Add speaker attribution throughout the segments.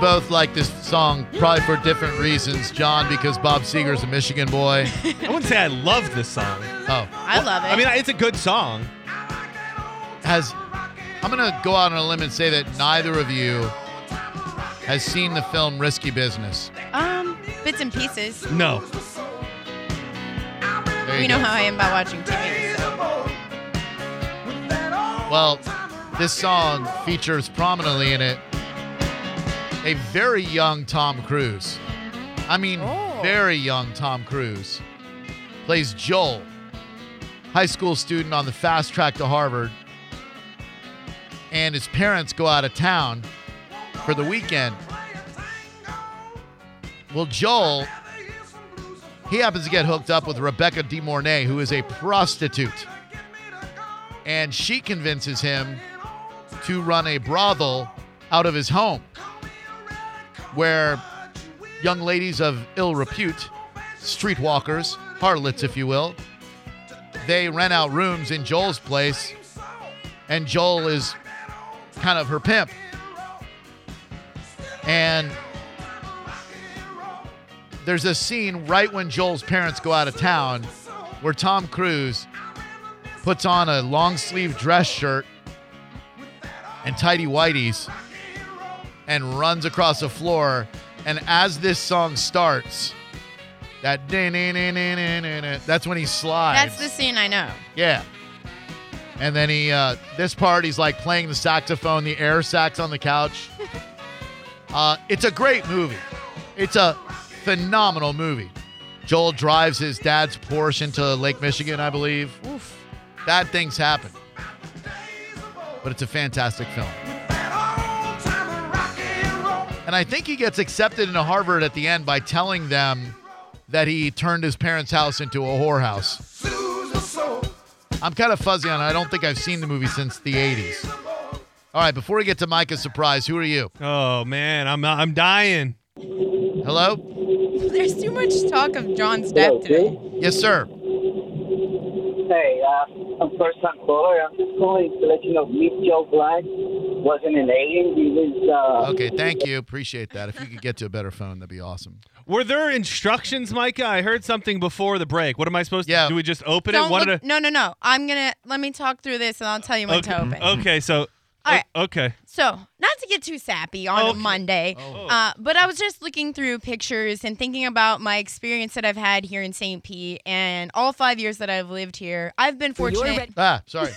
Speaker 1: both like this song probably for different reasons. John because Bob Seger's a Michigan boy.
Speaker 2: I wouldn't say I love this song.
Speaker 1: Oh,
Speaker 3: I love it.
Speaker 2: I mean, it's a good song.
Speaker 1: has I'm gonna go out on a limb and say that neither of you has seen the film Risky Business.
Speaker 3: um, bits and pieces.
Speaker 2: No.
Speaker 1: There you
Speaker 3: We know
Speaker 1: go.
Speaker 3: how I am about watching TV. So.
Speaker 1: Well, this song features prominently in it a very young Tom Cruise. I mean,
Speaker 3: Oh.
Speaker 1: very young Tom Cruise. Plays Joel, high school student on the fast track to Harvard. And his parents go out of town for the weekend. Well, Joel, he happens to get hooked up with Rebecca De Mornay, who is a prostitute and she convinces him to run a brothel out of his home where young ladies of ill repute, streetwalkers, harlots, if you will, they rent out rooms in Joel's place, and Joel is kind of her pimp. And there's a scene right when Joel's parents go out of town where Tom Cruise puts on a long sleeve dress shirt and tidy whities and runs across the floor. And as this song starts, that din-din-din-din-din-din, that's when he slides.
Speaker 3: That's the scene I know.
Speaker 1: Yeah. And then he, uh, this part, he's like playing the saxophone, the air sax on the couch. uh, it's a great movie. It's a phenomenal movie. Joel drives his dad's Porsche into Lake Michigan, I believe.
Speaker 3: Oof.
Speaker 1: Bad things happen. But it's a fantastic film. And I think he gets accepted into Harvard at the end by telling them that he turned his parents' house into a whorehouse. I'm kind of fuzzy on it. I don't think I've seen the movie since the 80s. All right, before we get to Micah's surprise, who are you?
Speaker 2: Oh man, I'm I'm dying.
Speaker 1: Hello?
Speaker 3: There's too much talk of John's death today.
Speaker 1: Yes, sir.
Speaker 4: Hey, uh, I'm first time caller. I'm just calling to let you know Meet Joe Black wasn't an alien. He was, uh,
Speaker 1: Okay, thank you. Appreciate that. If you could get to a better phone, that'd be awesome.
Speaker 2: Were there instructions, Micah? I heard something before the break. What am I supposed to
Speaker 1: Yeah.
Speaker 2: do? We just open it?
Speaker 3: Don't
Speaker 2: What
Speaker 3: look,
Speaker 2: did I-
Speaker 3: no, no, no. I'm gonna let me talk through this, and I'll tell you when
Speaker 2: okay, Oh.
Speaker 3: to open.
Speaker 2: okay, so
Speaker 3: All right.
Speaker 2: o- okay.
Speaker 3: So, not to get too sappy on a
Speaker 2: Okay.
Speaker 3: Monday,
Speaker 1: Oh.
Speaker 3: uh, but I was just looking through pictures and thinking about my experience that I've had here in St. Pete and all five years that I've lived here. I've been fortunate.
Speaker 1: Ah, sorry.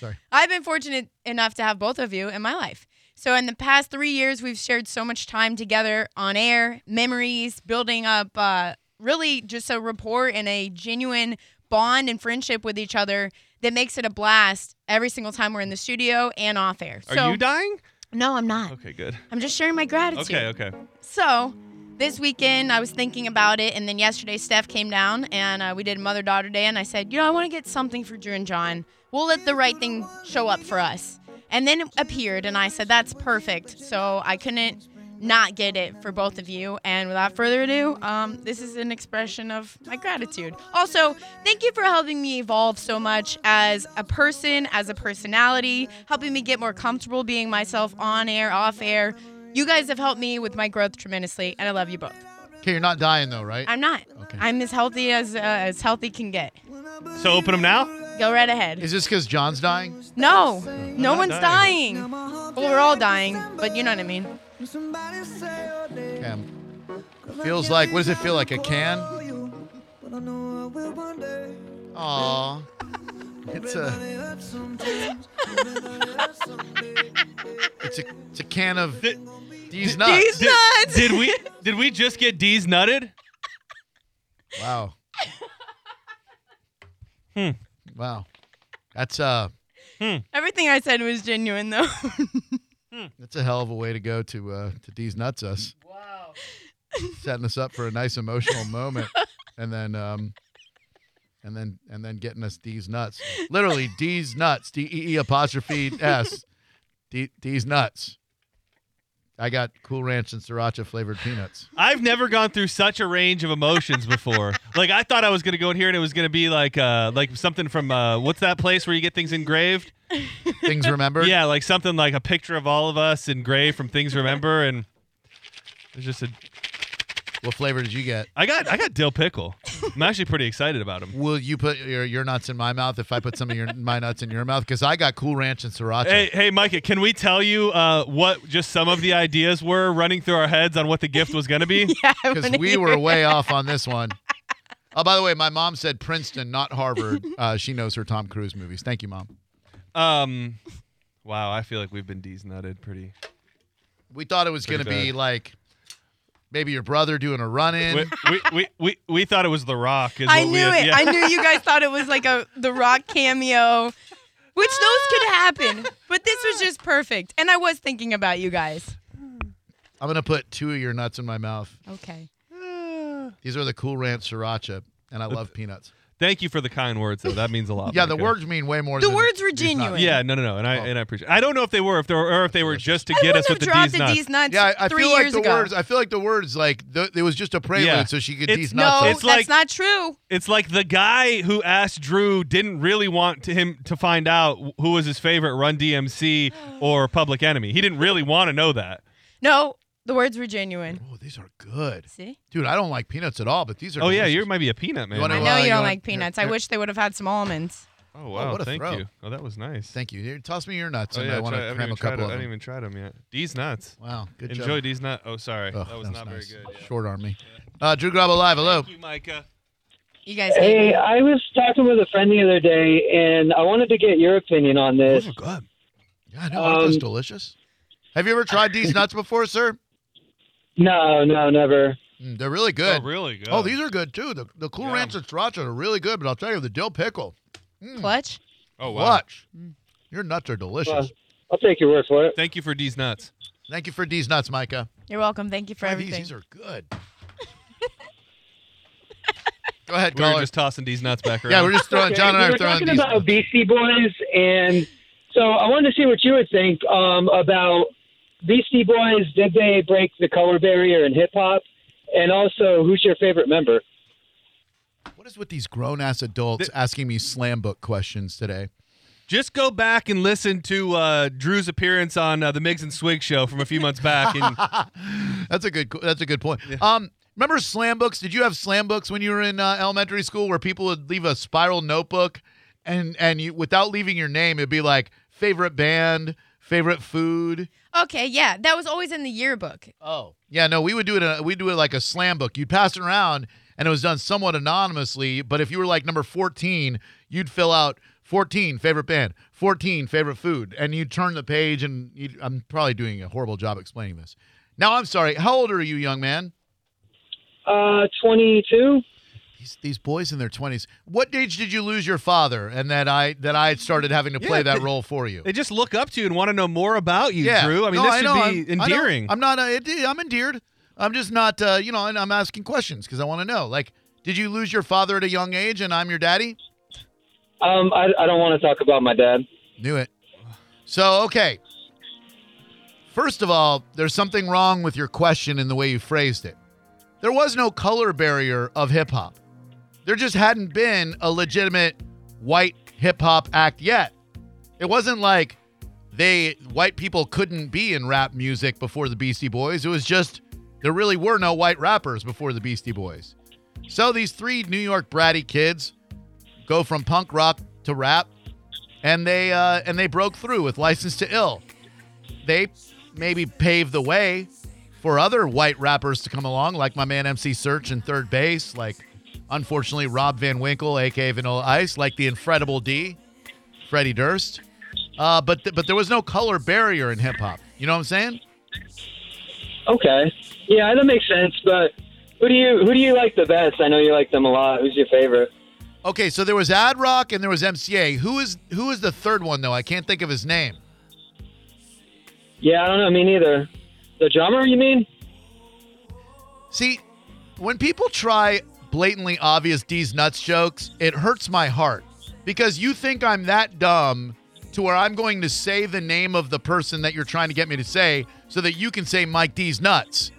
Speaker 1: sorry.
Speaker 3: I've been fortunate enough to have both of you in my life. So, in the past three years, we've shared so much time together on air, memories, building up uh, really just a rapport and a genuine bond and friendship with each other that makes it a blast every single time we're in the studio and off air.
Speaker 2: Are
Speaker 3: so,
Speaker 2: you dying?
Speaker 3: no, I'm not.
Speaker 2: Okay, good.
Speaker 3: I'm just sharing my gratitude.
Speaker 2: Okay, okay.
Speaker 3: So, this weekend I was thinking about it, and then yesterday Steph came down and uh, we did Mother Daughter Day, and I said, you know, I want to get something for Drew and John. We'll let the right thing show up for us. And then it appeared, and I said, that's perfect. So I couldn't not get it for both of you. And without further ado, um, this is an expression of my gratitude. Also, thank you for helping me evolve so much as a person, as a personality, helping me get more comfortable being myself on air, off air. You guys have helped me with my growth tremendously, and I love you both.
Speaker 1: Okay, you're not dying though, right?
Speaker 3: I'm not.
Speaker 1: Okay.
Speaker 3: I'm as healthy as uh, as healthy can get.
Speaker 2: So open them now?
Speaker 3: Go right ahead.
Speaker 1: Is this because John's dying?
Speaker 3: No, no
Speaker 2: not
Speaker 3: one's
Speaker 2: dying.
Speaker 3: dying. Well, we're all dying, but you know what I mean.
Speaker 1: Cam. Feels like, what does it feel like? A can? Aw. It's a. It's a, it's a can of
Speaker 2: Did,
Speaker 1: these nuts.
Speaker 3: These
Speaker 2: did,
Speaker 3: nuts.
Speaker 2: did we did we just get D's nutted?
Speaker 1: Wow.
Speaker 2: Hmm.
Speaker 1: Wow. That's uh
Speaker 3: Everything I said was genuine, though.
Speaker 1: that's a hell of a way to go to uh to these nuts us. Wow. Setting us up for a nice emotional moment and then um and then and then getting us these nuts. Literally D's nuts. D E E apostrophe S. D D's nuts. I got cool ranch and sriracha flavored peanuts.
Speaker 2: I've never gone through such a range of emotions before. like I thought I was gonna go in here and it was gonna be like uh like something from uh what's that place where you get things engraved?
Speaker 1: Things remembered?
Speaker 2: Yeah, like something like a picture of all of us engraved from Things Remember and There's just a.
Speaker 1: What flavor did you get?
Speaker 2: I got I got dill pickle. I'm actually pretty excited about them.
Speaker 1: Will you put your, your nuts in my mouth if I put some of your my nuts in your mouth? Because I got Cool Ranch and Sriracha.
Speaker 2: Hey, hey, Micah, can we tell you uh, what just some of the ideas were running through our heads on what the gift was going to be?
Speaker 3: Yeah, I
Speaker 1: because
Speaker 3: wanna
Speaker 1: we
Speaker 3: hear
Speaker 1: were
Speaker 3: it.
Speaker 1: way off on this one. Oh, by the way, my mom said Princeton, not Harvard. Uh, she knows her Tom Cruise movies. Thank you, mom.
Speaker 2: Um, wow, I feel like we've been desnutted pretty.
Speaker 1: We thought it was going
Speaker 2: Pretty
Speaker 1: to be
Speaker 2: bad.
Speaker 1: like maybe your brother doing a run
Speaker 2: We,
Speaker 1: in.
Speaker 2: we, we, we, we thought it was The Rock. Is
Speaker 3: I
Speaker 2: what
Speaker 3: knew
Speaker 2: we
Speaker 3: it.
Speaker 2: had, yeah.
Speaker 3: I knew you guys thought it was like a The Rock cameo, which those could happen. But this was just perfect, and I was thinking about you guys.
Speaker 1: I'm going to put two of your nuts in my mouth.
Speaker 3: Okay.
Speaker 1: These are the Cool Ranch Sriracha, and I love peanuts.
Speaker 2: Thank you for the kind words, though. That means a lot.
Speaker 1: Yeah, the
Speaker 2: Micah.
Speaker 1: words mean way more
Speaker 3: The
Speaker 1: than
Speaker 3: words were
Speaker 1: these nuts.
Speaker 3: genuine.
Speaker 2: Yeah, no, no, no, and I
Speaker 1: Oh.
Speaker 2: and I appreciate. I don't know if they were, if they were, or if they were just to get
Speaker 3: I
Speaker 2: us with
Speaker 3: wouldn't
Speaker 2: the
Speaker 3: have dropped
Speaker 2: D's nuts.
Speaker 3: the D's nuts
Speaker 1: Yeah, I, I
Speaker 3: three
Speaker 1: feel like
Speaker 3: years
Speaker 1: the
Speaker 3: ago.
Speaker 1: words. I feel like the words like th- it was just a prelude,
Speaker 2: Yeah.
Speaker 1: so she could
Speaker 2: It's-
Speaker 1: tease
Speaker 3: no,
Speaker 1: nuts.
Speaker 2: It's
Speaker 1: up.
Speaker 3: that's
Speaker 2: like-
Speaker 3: not true.
Speaker 2: It's like the guy who asked Drew didn't really want to him to find out who was his favorite Run DMC or Public Enemy. He didn't really want to know that.
Speaker 3: No, the words were genuine.
Speaker 1: oh, these are good,
Speaker 3: See?
Speaker 1: dude. I don't like peanuts at all, but these are.
Speaker 2: Oh yeah,
Speaker 1: delicious.
Speaker 2: you might be a peanut man.
Speaker 1: You wanna-
Speaker 3: I
Speaker 1: Well,
Speaker 3: know
Speaker 1: you
Speaker 3: you
Speaker 1: wanna-
Speaker 3: don't like peanuts. I
Speaker 1: here-
Speaker 3: wish they would have had some almonds.
Speaker 2: oh wow,
Speaker 1: what a
Speaker 2: thank
Speaker 1: throw.
Speaker 2: you. Oh, that was nice.
Speaker 1: Thank you. Here, toss me your nuts,
Speaker 2: oh,
Speaker 1: and
Speaker 2: yeah,
Speaker 1: I want
Speaker 2: try-
Speaker 1: to cram
Speaker 2: haven't even
Speaker 1: a
Speaker 2: tried
Speaker 1: couple
Speaker 2: it- I
Speaker 1: of
Speaker 2: haven't
Speaker 1: them.
Speaker 2: even tried them yet. D's nuts.
Speaker 1: Wow, good job.
Speaker 2: Enjoy D's nut. Oh, sorry,
Speaker 1: Ugh,
Speaker 2: that was not
Speaker 1: nice.
Speaker 2: very good.
Speaker 1: Short army. Uh, Drew Grabo live. Hello.
Speaker 2: Thank you, Micah.
Speaker 3: You guys hate
Speaker 4: Hey, uh, I was talking with a friend the other day, and I wanted to get your opinion on this.
Speaker 2: good.
Speaker 1: Yeah, I know. aren't
Speaker 4: Um,
Speaker 1: those delicious? Have you ever tried these nuts before, sir?
Speaker 4: No, no, never.
Speaker 1: Mm, they're really good.
Speaker 2: Oh, really good.
Speaker 1: Oh, these are good too. The, the cool
Speaker 2: Yeah.
Speaker 1: ranch and sriracha are really good, but I'll tell you, the dill pickle.
Speaker 3: clutch.
Speaker 2: Oh wow.
Speaker 1: Watch. Your nuts are delicious.
Speaker 4: Well, I'll take your word for it.
Speaker 2: Thank you for D's nuts.
Speaker 1: Thank you for these nuts, Micah.
Speaker 3: You're welcome. Thank you for
Speaker 1: Try
Speaker 3: everything.
Speaker 1: These, these are good. Go ahead,
Speaker 2: We were
Speaker 1: caller.
Speaker 2: just tossing D's nuts back around.
Speaker 1: yeah, we're just throwing.
Speaker 4: Okay,
Speaker 1: Uh, John and I
Speaker 4: we
Speaker 1: are
Speaker 4: were
Speaker 1: throwing
Speaker 4: talking
Speaker 1: these.
Speaker 4: about Beastie Boys, and so I wanted to see what you would think um, about Beastie Boys. Did they break the color barrier in hip hop? And also, who's your favorite member?
Speaker 1: What is with these grown ass adults asking me slam book questions today?
Speaker 2: Just go back and listen to uh, Drew's appearance on uh, the Migs and Swig show from a few months back. And
Speaker 1: That's a good. That's a good point. Um, remember slam books? Did you have slam books when you were in uh, elementary school, where people would leave a spiral notebook, and and you without leaving your name, it'd be like favorite band, favorite food.
Speaker 3: Okay, yeah, that was always in the yearbook.
Speaker 1: Oh, yeah. No, we would do it. uh, We do it like a slam book. You'd pass it around, and it was done somewhat anonymously. But if you were like number fourteen, you'd fill out. 14 favorite band 14 favorite food and you turn the page and you'd, i'm probably doing a horrible job explaining this now i'm sorry how old are you young man
Speaker 4: Uh, 22.
Speaker 1: These, these boys in their twenties. What age did you lose your father, and that I that I started having to play
Speaker 2: Yeah,
Speaker 1: that
Speaker 2: they-
Speaker 1: role for you?
Speaker 2: they just look up to you and want to know more about you,
Speaker 1: yeah,
Speaker 2: Drew. I mean,
Speaker 1: No,
Speaker 2: this should
Speaker 1: know,
Speaker 2: be
Speaker 1: I'm- I know.
Speaker 2: endearing.
Speaker 1: I'm not. Uh, it, I'm endeared. I'm just not. Uh, you know, and I'm asking questions because I want to know. Like, did you lose your father at a young age, and I'm your daddy?
Speaker 4: Um, I, I don't want to talk about my dad.
Speaker 1: Knew it. So okay. First of all, there's something wrong with your question and the way you phrased it. There was no color barrier of hip hop. There just hadn't been a legitimate white hip hop act yet. It wasn't like they white people couldn't be in rap music before the Beastie Boys. It was just there really were no white rappers before the Beastie Boys. So these three New York bratty kids go from punk rock to rap and they uh, and they broke through with "License to Ill." They maybe paved the way for other white rappers to come along, like my man MC Search in third base, like unfortunately Rob Van Winkle, aka Vanilla Ice, like the Incredible D, Freddie Durst. Uh, but th- but there was no color barrier in hip hop. You know what I'm saying?
Speaker 4: Okay. Yeah, that makes sense. But who do you who do you like the best? I know you like them a lot. Who's your favorite?
Speaker 1: Okay, so there was Ad Rock and there was MCA. Who is who is the third one though? I can't think of his name.
Speaker 4: Yeah, I don't know. Me neither. The drummer, you mean?
Speaker 1: See, when people try blatantly obvious D's nuts jokes, it hurts my heart because you think I'm that dumb to where I'm going to say the name of the person that you're trying to get me to say so that you can say Mike D's nuts.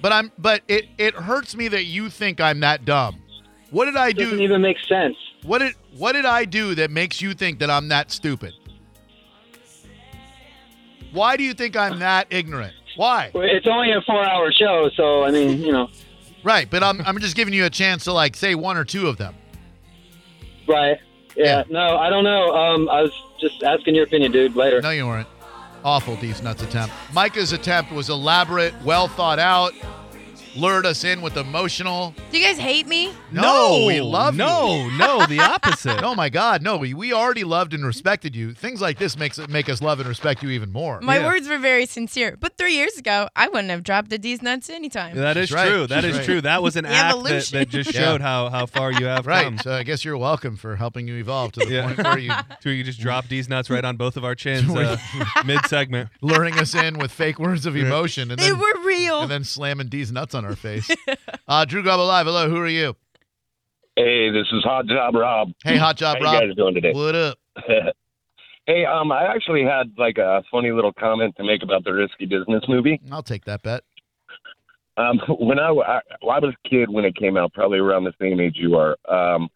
Speaker 1: But I'm but it it hurts me that you think I'm that dumb. What did I
Speaker 4: Doesn't
Speaker 1: do?
Speaker 4: even make sense.
Speaker 1: What did what did I do that makes you think that I'm that stupid? Why do you think I'm that ignorant? Why?
Speaker 4: It's only a four-hour show, so I mean, you know,
Speaker 1: Right, but I'm, I'm just giving you a chance to like say one or two of them.
Speaker 4: right?
Speaker 1: Yeah.
Speaker 4: Yeah. No, I don't know. Um, I was just asking your opinion, dude. Later.
Speaker 1: No, you weren't. Awful D's nuts attempt. Micah's attempt was elaborate, well thought out, lured us in with emotional.
Speaker 3: Do you guys hate me?
Speaker 1: No, we love you.
Speaker 2: No, no, the opposite.
Speaker 1: No, Oh my God, no. We, we already loved and respected you. Things like this makes it make us love and respect you even more.
Speaker 3: My
Speaker 2: Yeah.
Speaker 3: words were very sincere, but three years ago, I wouldn't have dropped the D's nuts anytime.
Speaker 2: That is
Speaker 1: She's right.
Speaker 2: true. That
Speaker 1: She's
Speaker 2: is
Speaker 1: right.
Speaker 2: true. That was an
Speaker 3: The
Speaker 2: act that,
Speaker 3: evolution.
Speaker 2: that just
Speaker 1: Yeah.
Speaker 2: showed how, how far you have come.
Speaker 1: Right. So I guess you're welcome for helping you evolve to the
Speaker 2: um, Yeah.
Speaker 1: point where you
Speaker 2: So you just drop these nuts right on both of our chins
Speaker 1: Were
Speaker 2: uh, mid segment.
Speaker 1: luring us in with fake words of emotion and
Speaker 3: They
Speaker 1: then
Speaker 3: were real.
Speaker 1: and then slamming D's nuts on our face. Uh, Drew Grubb Alive, hello, who are you?
Speaker 5: Hey, this is Hot Job Rob.
Speaker 1: Hey, hot
Speaker 5: How
Speaker 1: job,
Speaker 5: you
Speaker 1: Rob.
Speaker 5: guys doing today?
Speaker 1: What up?
Speaker 5: hey, um, I actually had like a funny little comment to make about the Risky Business movie.
Speaker 1: I'll take that bet.
Speaker 5: Um, when I, I, well, I was a kid when it came out, probably around the same age you are, um,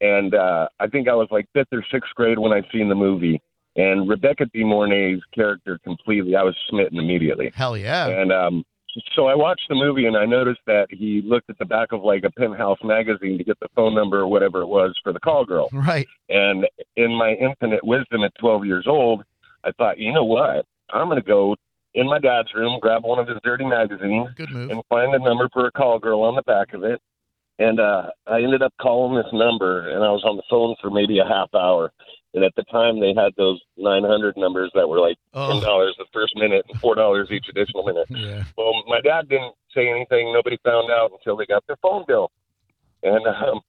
Speaker 5: and uh, I think I was like fifth or sixth grade when I seen the movie. And Rebecca De Mornay's character completely, I was smitten immediately.
Speaker 1: Hell yeah.
Speaker 5: And um, so I watched the movie and I noticed that he looked at the back of like a penthouse magazine to get the phone number or whatever it was for the call girl.
Speaker 1: Right.
Speaker 5: And in my infinite wisdom at 12 years old, I thought, you know what? I'm going to go in my dad's room, grab one of his dirty magazines,
Speaker 1: Good move.
Speaker 5: and find a number for a call girl on the back of it. And uh, I ended up calling this number, and I was on the phone for maybe a half hour. And at the time, they had those 900 numbers that were like $10
Speaker 1: Oh,
Speaker 5: the first minute and $4 each additional minute.
Speaker 1: yeah.
Speaker 5: Well, my dad didn't say anything. Nobody found out until they got their phone bill, and um,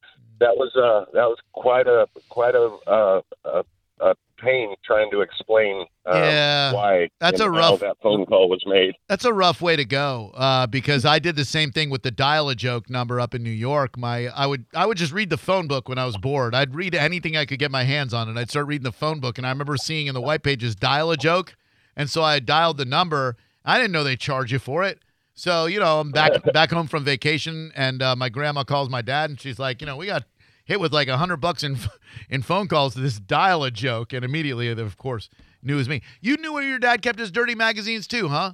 Speaker 5: that was uh, that was quite a quite a uh, a, a pain trying to explain um,
Speaker 1: Yeah.
Speaker 5: why
Speaker 1: That's
Speaker 5: and
Speaker 1: a
Speaker 5: how
Speaker 1: rough-
Speaker 5: that phone call was made.
Speaker 1: That's a rough way to go uh, because I did the same thing with the dial a joke number up in New York. My I would I would just read the phone book when I was bored. I'd read anything I could get my hands on, and I'd start reading the phone book. And I remember seeing in the white pages dial a joke, and so I dialed the number. I didn't know they charge you for it. So you know I'm back back home from vacation, and uh, my grandma calls my dad, and she's like, you know, we got hit with like a hundred bucks in in phone calls to this dial a joke, and immediately, of course, knew it was me. You knew where your dad kept his dirty magazines too, huh?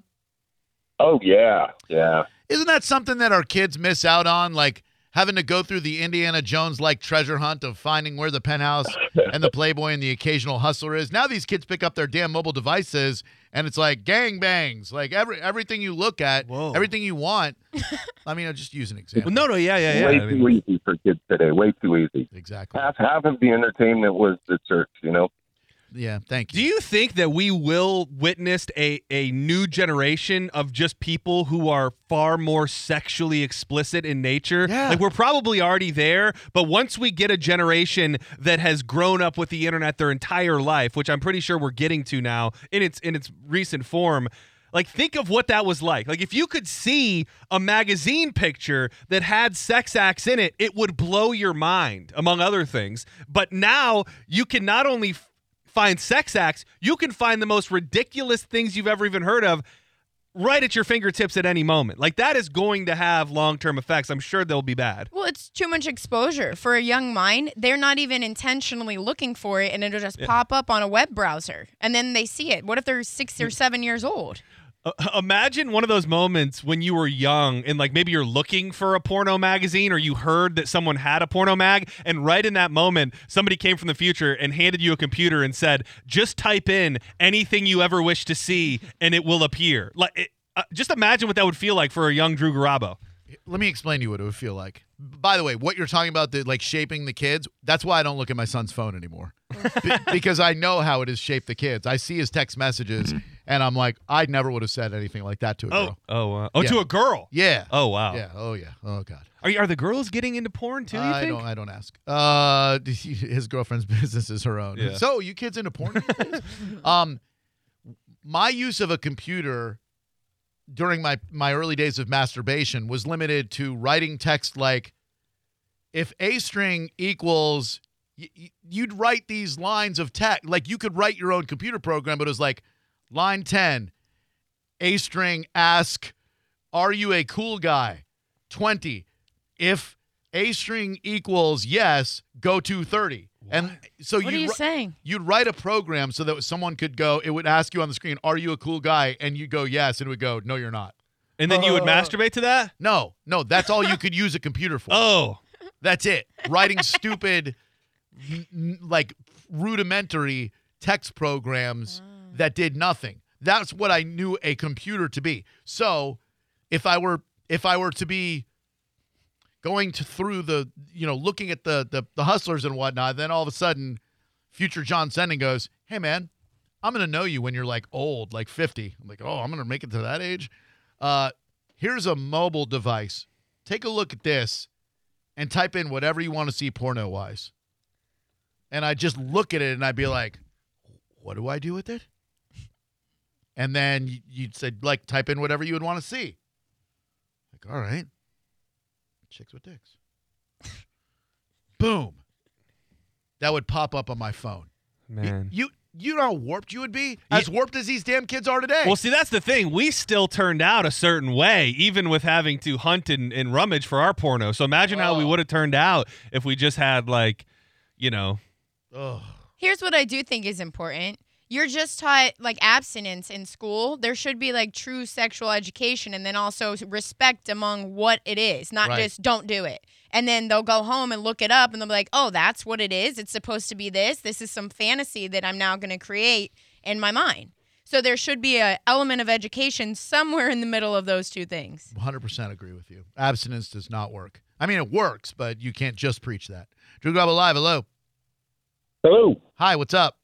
Speaker 5: Oh yeah, yeah.
Speaker 1: Isn't that something that our kids miss out on? Like having to go through the Indiana Jones like treasure hunt of finding where the penthouse and the Playboy and the occasional hustler is. Now these kids pick up their damn mobile devices and it's like gang bangs. Like every everything you look at,
Speaker 2: Whoa.
Speaker 1: everything you want. I mean, I'll just use an
Speaker 2: Well,
Speaker 1: example.
Speaker 2: no, no, yeah, yeah, yeah.
Speaker 5: way
Speaker 2: I
Speaker 5: too
Speaker 2: mean,
Speaker 5: easy for kids today. Way too easy.
Speaker 1: Exactly.
Speaker 5: Half half of the entertainment was the church, you know.
Speaker 1: Yeah, thank
Speaker 2: do
Speaker 1: you.
Speaker 2: you think that we will witness a, a new generation of just people who are far more sexually explicit in nature?
Speaker 1: Yeah.
Speaker 2: Like, we're probably already there, but once we get a generation that has grown up with the internet their entire life, which I'm pretty sure we're getting to now in its in its recent form, like think of what that was like. Like if you could see a magazine picture that had sex acts in it, it would blow your mind among other things. But now you can not only f- find sex acts, you can find the most ridiculous things you've ever even heard of right at your fingertips at any moment. Like that is going to have long-term effects. I'm sure they'll be bad.
Speaker 3: Well, it's too much exposure for a young mind. They're not even intentionally looking for it, and it'll just pop up on a web browser, and then they see it. What if they're six or seven years old?
Speaker 2: Uh, imagine one of those moments when you were young and like maybe you're looking for a porno magazine or you heard that someone had a porno mag and right in that moment somebody came from the future and handed you a computer and said just type in anything you ever wish to see and it will appear like it, uh, just imagine what that would feel like for a young drew garabo
Speaker 1: Let me explain to you what it would feel like. By the way, what you're talking about, the like shaping the kids, that's why I don't look at my son's phone anymore. Be- because I know how it has shaped the kids. I see his text messages and I'm like, I never would have said anything like that to a girl.
Speaker 2: Mm-hmm. oh uh, oh
Speaker 1: Yeah.
Speaker 2: to a girl
Speaker 1: Yeah.
Speaker 2: oh wow
Speaker 1: Yeah. Oh yeah. Oh god.
Speaker 2: are, you- are the girls getting into porn too you
Speaker 1: I
Speaker 2: think
Speaker 1: don't. I don't ask. Uh, his girlfriend's business is her own.
Speaker 2: Yeah.
Speaker 1: So you kids into porn? um, my use of a computer during my my early days of masturbation was limited to writing text like, if a string equals. y- y- You'd write these lines of text, like you could write your own computer program, but it was like line 10, A string, ask, are you a cool guy? 20. If A string equals yes, go to 30. And so
Speaker 3: What are you
Speaker 1: wri-
Speaker 3: saying?
Speaker 1: You'd write a program so that someone could go. It would ask you on the screen, "Are you a cool guy?" And you go, "Yes," and it would go, "No, you're not."
Speaker 2: And then you would masturbate to that?
Speaker 1: No, no, that's all you could use a computer for.
Speaker 2: Oh.
Speaker 1: That's it. Writing stupid, n- n- like rudimentary text programs that did nothing. That's what I knew a computer to be. So, if I were if I were to be going to through the you know looking at the the, the hustlers and whatnot, then all of a sudden, future John Sending goes, "Hey man, I'm gonna know you when you're like old, like 50." I'm like, "Oh, I'm gonna make it to that age." Uh, here's a mobile device. Take a look at this and type in whatever you want to see porno wise. And I just look at it and I'd be like, what do I do with it? And then y- you'd say, like, type in whatever you would want to see. Like, all right, chicks with dicks. Boom. That would pop up on my phone. Y-
Speaker 2: Man.
Speaker 1: You, you know how warped you would be? As warped as these damn kids are today.
Speaker 2: Well, see, that's the thing. We still turned out a certain way, even with having to hunt and, and rummage for our porno. So imagine how we
Speaker 1: Oh.
Speaker 2: would have turned out if we just had, like, you know,
Speaker 1: Ugh.
Speaker 3: Here's what I do think is important. You're just taught like abstinence in school. There should be like true sexual education and then also respect among what it is, not
Speaker 1: Right.
Speaker 3: just don't do it. And then they'll go home and look it up and they'll be like, oh, that's what it is. It's supposed to be this. This is some fantasy that I'm now going to create in my mind. So there should be an element of education somewhere in the middle of those two things.
Speaker 1: 100% agree with you. Abstinence does not work. I mean, it works, but you can't just preach that. Drew Grabo Live, hello.
Speaker 6: Hello.
Speaker 1: Hi, what's up?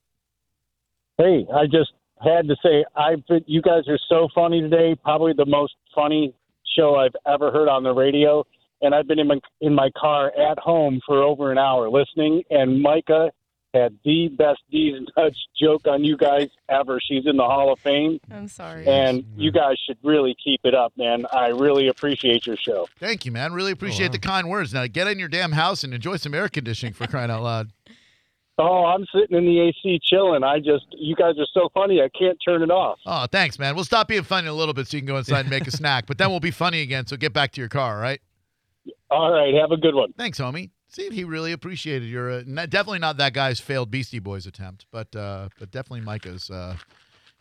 Speaker 6: Hey, I just had to say I've been, you guys are so funny today. Probably the most funny show I've ever heard on the radio. And I've been in my in my car at home for over an hour listening. And Micah had the best D's and Nuts joke on you guys ever. She's in the Hall of Fame,
Speaker 3: I'm sorry.
Speaker 6: and you guys should really keep it up, man. I really appreciate your show.
Speaker 1: Thank you, man. Really appreciate the kind words. Now get in your damn house and enjoy some air conditioning for crying out loud.
Speaker 6: Oh, I'm sitting in the AC chilling. I just you guys are so funny. I can't turn it off.
Speaker 1: Oh, thanks, man. We'll stop being funny a little bit so you can go inside and make a snack, but then we'll be funny again. So get back to your car, all right?
Speaker 6: All right, have a good one.
Speaker 1: Thanks, homie. See, he really appreciated your uh, not, definitely not that guy's failed Beastie Boys attempt, but uh, but definitely Micah's uh,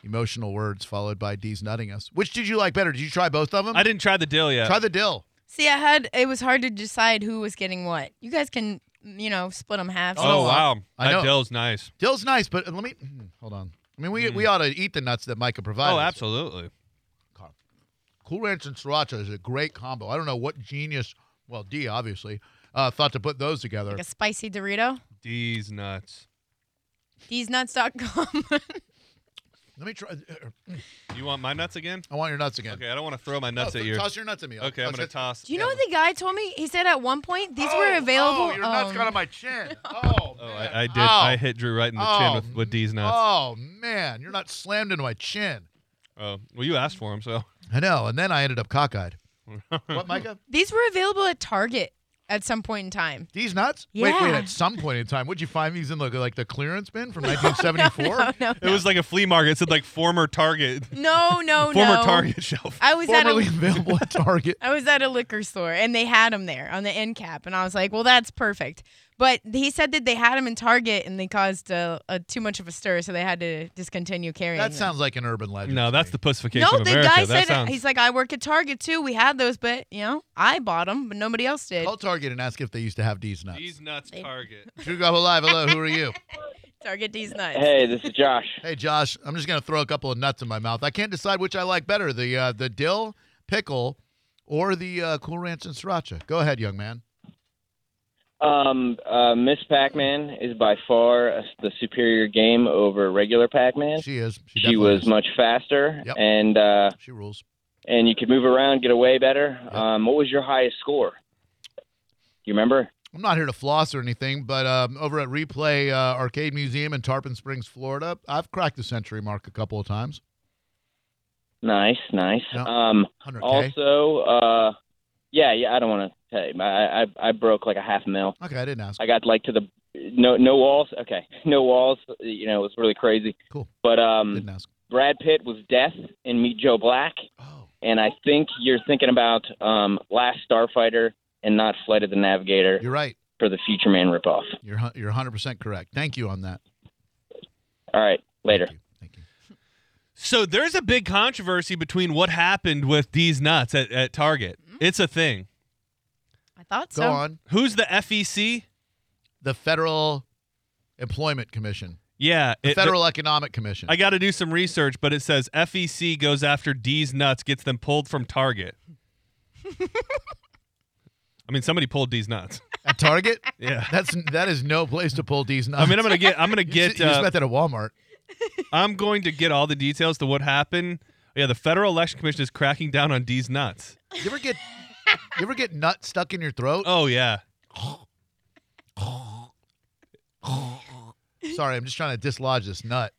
Speaker 1: emotional words followed by D's nutting us. Which did you like better? Did you try both of them?
Speaker 2: I didn't try the deal yet.
Speaker 1: Try the dill.
Speaker 3: See, I had, it was hard to decide who was getting what. You guys can, you know, split them half.
Speaker 2: oh, wow.
Speaker 1: I know.
Speaker 2: That dill's nice.
Speaker 1: Dill's nice, but let me hmm, hold on. I mean, we we ought to eat the nuts that Micah provided.
Speaker 2: Mm. Oh,
Speaker 1: us.
Speaker 2: absolutely.
Speaker 1: Cool Ranch and Sriracha is a great combo. I don't know what genius, well, D obviously, uh, thought to put those together.
Speaker 3: Like a spicy Dorito.
Speaker 2: D's nuts.
Speaker 3: Thesenuts.com.
Speaker 1: Let me try. uh,
Speaker 2: You want my nuts again?
Speaker 1: I want your nuts again.
Speaker 2: Okay, I don't want to throw my nuts
Speaker 1: Oh,
Speaker 2: at
Speaker 1: th-
Speaker 2: you.
Speaker 1: Toss your nuts at me.
Speaker 2: Okay, I'm
Speaker 1: Toss
Speaker 2: going to
Speaker 1: it-
Speaker 2: toss.
Speaker 3: Do you know
Speaker 2: yeah.
Speaker 3: what the guy told me? He said at one point these were available.
Speaker 1: Oh, your nuts
Speaker 3: um,
Speaker 1: got on my chin. Oh,
Speaker 2: Oh,
Speaker 1: man.
Speaker 2: I, I did.
Speaker 1: Ow.
Speaker 2: I hit Drew right in the
Speaker 1: Oh,
Speaker 2: chin with, with D's nuts.
Speaker 1: Oh man, your nut slammed into my chin.
Speaker 2: Oh. well, you asked for them, so.
Speaker 1: I know, and then I ended up cockeyed. what, Micah?
Speaker 3: these were available at Target at some point in time.
Speaker 1: These nuts? Wait, wait.
Speaker 3: Yeah.
Speaker 1: At some point in time, would you find these in like, like the clearance bin from 1974?
Speaker 3: No, no,
Speaker 2: It was like a flea market. It said, like, former Target.
Speaker 3: no, no,
Speaker 2: former
Speaker 3: no.
Speaker 2: Target shelf.
Speaker 3: I was
Speaker 1: Formerly
Speaker 3: at a,
Speaker 1: available at Target.
Speaker 3: I was at a liquor store and they had them there on the end cap, and I was like, well, that's perfect. But he said that they had them in Target and they caused uh a, too much of a stir, so they had to discontinue carrying.
Speaker 1: That
Speaker 3: them.
Speaker 1: sounds like an urban legend.
Speaker 2: No,
Speaker 1: to
Speaker 2: that's
Speaker 1: me.
Speaker 2: the pussification
Speaker 3: No,
Speaker 2: of
Speaker 3: the
Speaker 2: America.
Speaker 3: guy
Speaker 2: that
Speaker 3: said
Speaker 2: sounds,
Speaker 3: he's like, I work at Target too. We had those, but you know, I bought them, but nobody else did.
Speaker 1: Call Target and ask if they used to have D's nuts.
Speaker 2: These nuts
Speaker 3: They-
Speaker 2: target.
Speaker 1: Drew Gobble Live, hello, who are you?
Speaker 3: Target these nuts.
Speaker 7: Hey, this is Josh.
Speaker 1: Hey, Josh, I'm just going to throw a couple of nuts in my mouth. I can't decide which I like better, the uh, the dill pickle or the uh, Cool Ranch and Sriracha. Go ahead, young man.
Speaker 7: Um, uh, Miss Pac-Man is by far uh, the superior game over regular Pac-Man.
Speaker 1: She is.
Speaker 7: She
Speaker 1: She, definitely
Speaker 7: was
Speaker 1: is.
Speaker 7: much faster,
Speaker 1: Yep.
Speaker 7: and uh,
Speaker 1: She rules.
Speaker 7: and you could move around, get away better. Um, what was your highest score? You remember?
Speaker 1: I'm not here to floss or anything, but um, over at Replay uh, Arcade Museum in Tarpon Springs, Florida, I've cracked the century mark a couple of times.
Speaker 7: Nice, nice.
Speaker 1: No.
Speaker 7: Um,
Speaker 1: 100K.
Speaker 7: also, uh, yeah, yeah. I don't want to tell you. I, I I broke like a half mil.
Speaker 1: okay, I didn't ask.
Speaker 7: I got like to the no no walls. Okay, no walls. You know, it was really crazy.
Speaker 1: Cool.
Speaker 7: But um,
Speaker 1: didn't ask.
Speaker 7: Brad Pitt was Death in Meet Joe Black.
Speaker 1: Oh,
Speaker 7: and I think you're thinking about um, Last Starfighter and not Flight of the Navigator.
Speaker 1: you're right.
Speaker 7: for the Future Man ripoff.
Speaker 1: You're hu- you're 100% correct. Thank you on that.
Speaker 7: All right, later.
Speaker 1: Thank you. Thank you.
Speaker 2: So there's a big controversy between what happened with these nuts at, at Target.
Speaker 3: Mm-hmm.
Speaker 2: It's a thing.
Speaker 3: I thought
Speaker 1: Go
Speaker 3: so.
Speaker 1: on.
Speaker 2: Who's the E FEC?
Speaker 1: The Federal Employment Commission,
Speaker 2: Yeah,
Speaker 1: the
Speaker 2: it-
Speaker 1: Federal Economic Commission.
Speaker 2: I got to do some research, but it says FEC goes after D's nuts, gets them pulled from Target. I mean, somebody pulled D's nuts.
Speaker 1: at Target?
Speaker 2: Yeah.
Speaker 1: That's that is no place to pull these nuts.
Speaker 2: I mean, I'm gonna get. I'm gonna
Speaker 1: You just-
Speaker 2: get.
Speaker 1: you just
Speaker 2: Uh,
Speaker 1: met that at Walmart.
Speaker 2: I'm going to get all the details to what happened. Yeah, the Federal Election Commission is cracking down on D's nuts.
Speaker 1: You ever get you ever get nut stuck in your throat?
Speaker 2: Oh yeah, Oh.
Speaker 1: Sorry, I'm just trying to dislodge this nut.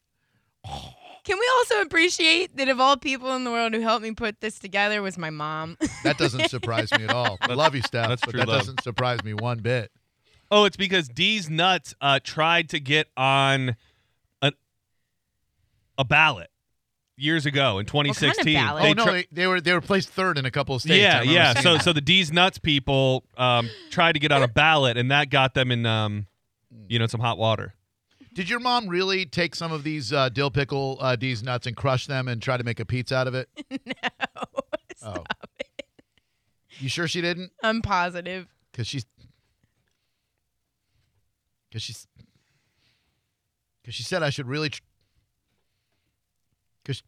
Speaker 3: Can we also appreciate that of all people in the world who helped me put this together was my mom?
Speaker 1: That doesn't surprise me at all. I love you, Steph,
Speaker 2: that's
Speaker 1: but
Speaker 2: true
Speaker 1: that
Speaker 2: love.
Speaker 1: doesn't surprise me one bit.
Speaker 2: Oh, it's because D's nuts uh, tried to get on a, a ballot years ago in
Speaker 3: kind of
Speaker 2: 2016.
Speaker 3: ballot?
Speaker 2: They
Speaker 1: oh no,
Speaker 2: tri-
Speaker 1: they, they were they were placed third in a couple of states. I
Speaker 2: yeah,
Speaker 1: remember
Speaker 2: yeah.
Speaker 1: seeing
Speaker 2: So,
Speaker 1: that.
Speaker 2: so the D's nuts people um, tried to get on a ballot, and that got them in, um, you know, some hot water.
Speaker 1: did your mom really take some of these uh, dill pickle uh, these nuts and crush them and try to make a pizza out of it? Oh. You sure she didn't?
Speaker 3: I'm positive.
Speaker 1: Because she's because she's because she said I should really. Tr- Cause,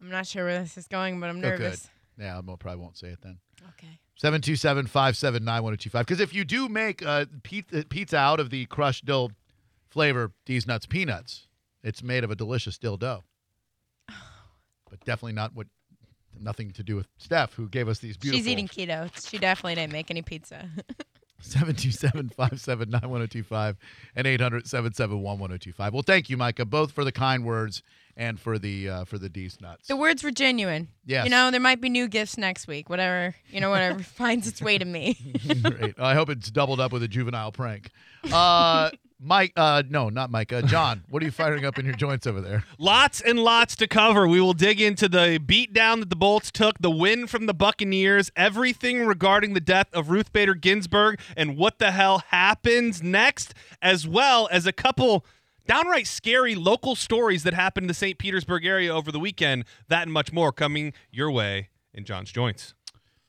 Speaker 3: I'm not sure where this is going, but I'm
Speaker 1: Oh, good.
Speaker 3: nervous.
Speaker 1: yeah, I mo- probably won't say it then.
Speaker 3: Okay.
Speaker 1: 727-579-1025. Because if you do make uh, pizza, pizza out of the crushed dill flavor, these nuts peanuts, it's made of a delicious dill dough. But definitely not what, nothing to do with Steph, who gave us these beautiful.
Speaker 3: She's eating keto. She definitely didn't make any pizza.
Speaker 1: 727-579-1025 and 800-771-1025. Well, thank you, Micah, both for the kind words and for the uh, for the D's nuts.
Speaker 3: the words were genuine.
Speaker 1: Yes.
Speaker 3: You know, there might be new gifts next week. Whatever, you know, whatever finds its way to me.
Speaker 1: Great. I hope it's doubled up with a juvenile prank. Uh, Mike, uh, no, not Mike. Uh, John, what are you firing up in your joints over there?
Speaker 2: Lots and lots to cover. We will dig into the beatdown that the Bolts took, the win from the Buccaneers, everything regarding the death of Ruth Bader Ginsburg, and what the hell happens next, as well as a couple downright scary local stories that happened in the St. Petersburg area over the weekend. That and much more coming your way in John's Joints.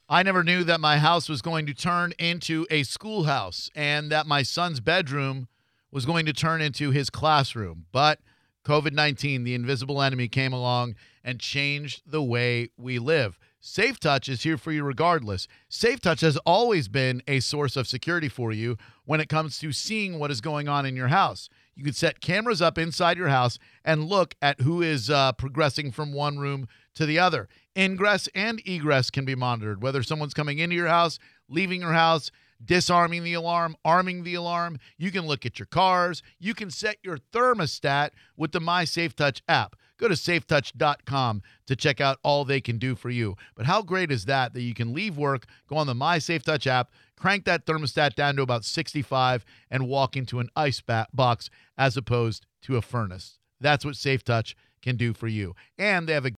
Speaker 1: I never knew that my house was going to turn into a schoolhouse and that my son's bedroom was going to turn into his classroom. But COVID 19, the invisible enemy, came along and changed the way we live. Safe Touch is here for you regardless. Safe Touch has always been a source of security for you when it comes to seeing what is going on in your house. You can set cameras up inside your house and look at who is uh, progressing from one room to the other. Ingress and egress can be monitored, whether someone's coming into your house, leaving your house, disarming the alarm, arming the alarm. You can look at your cars. You can set your thermostat with the My Safe Touch app. Go to safetouch.com to check out all they can do for you. But how great is that that you can leave work, go on the My Safe Touch app, crank that thermostat down to about 65 and walk into an ice ba- box as opposed to a furnace. That's what Safe Touch can do for you. And they have a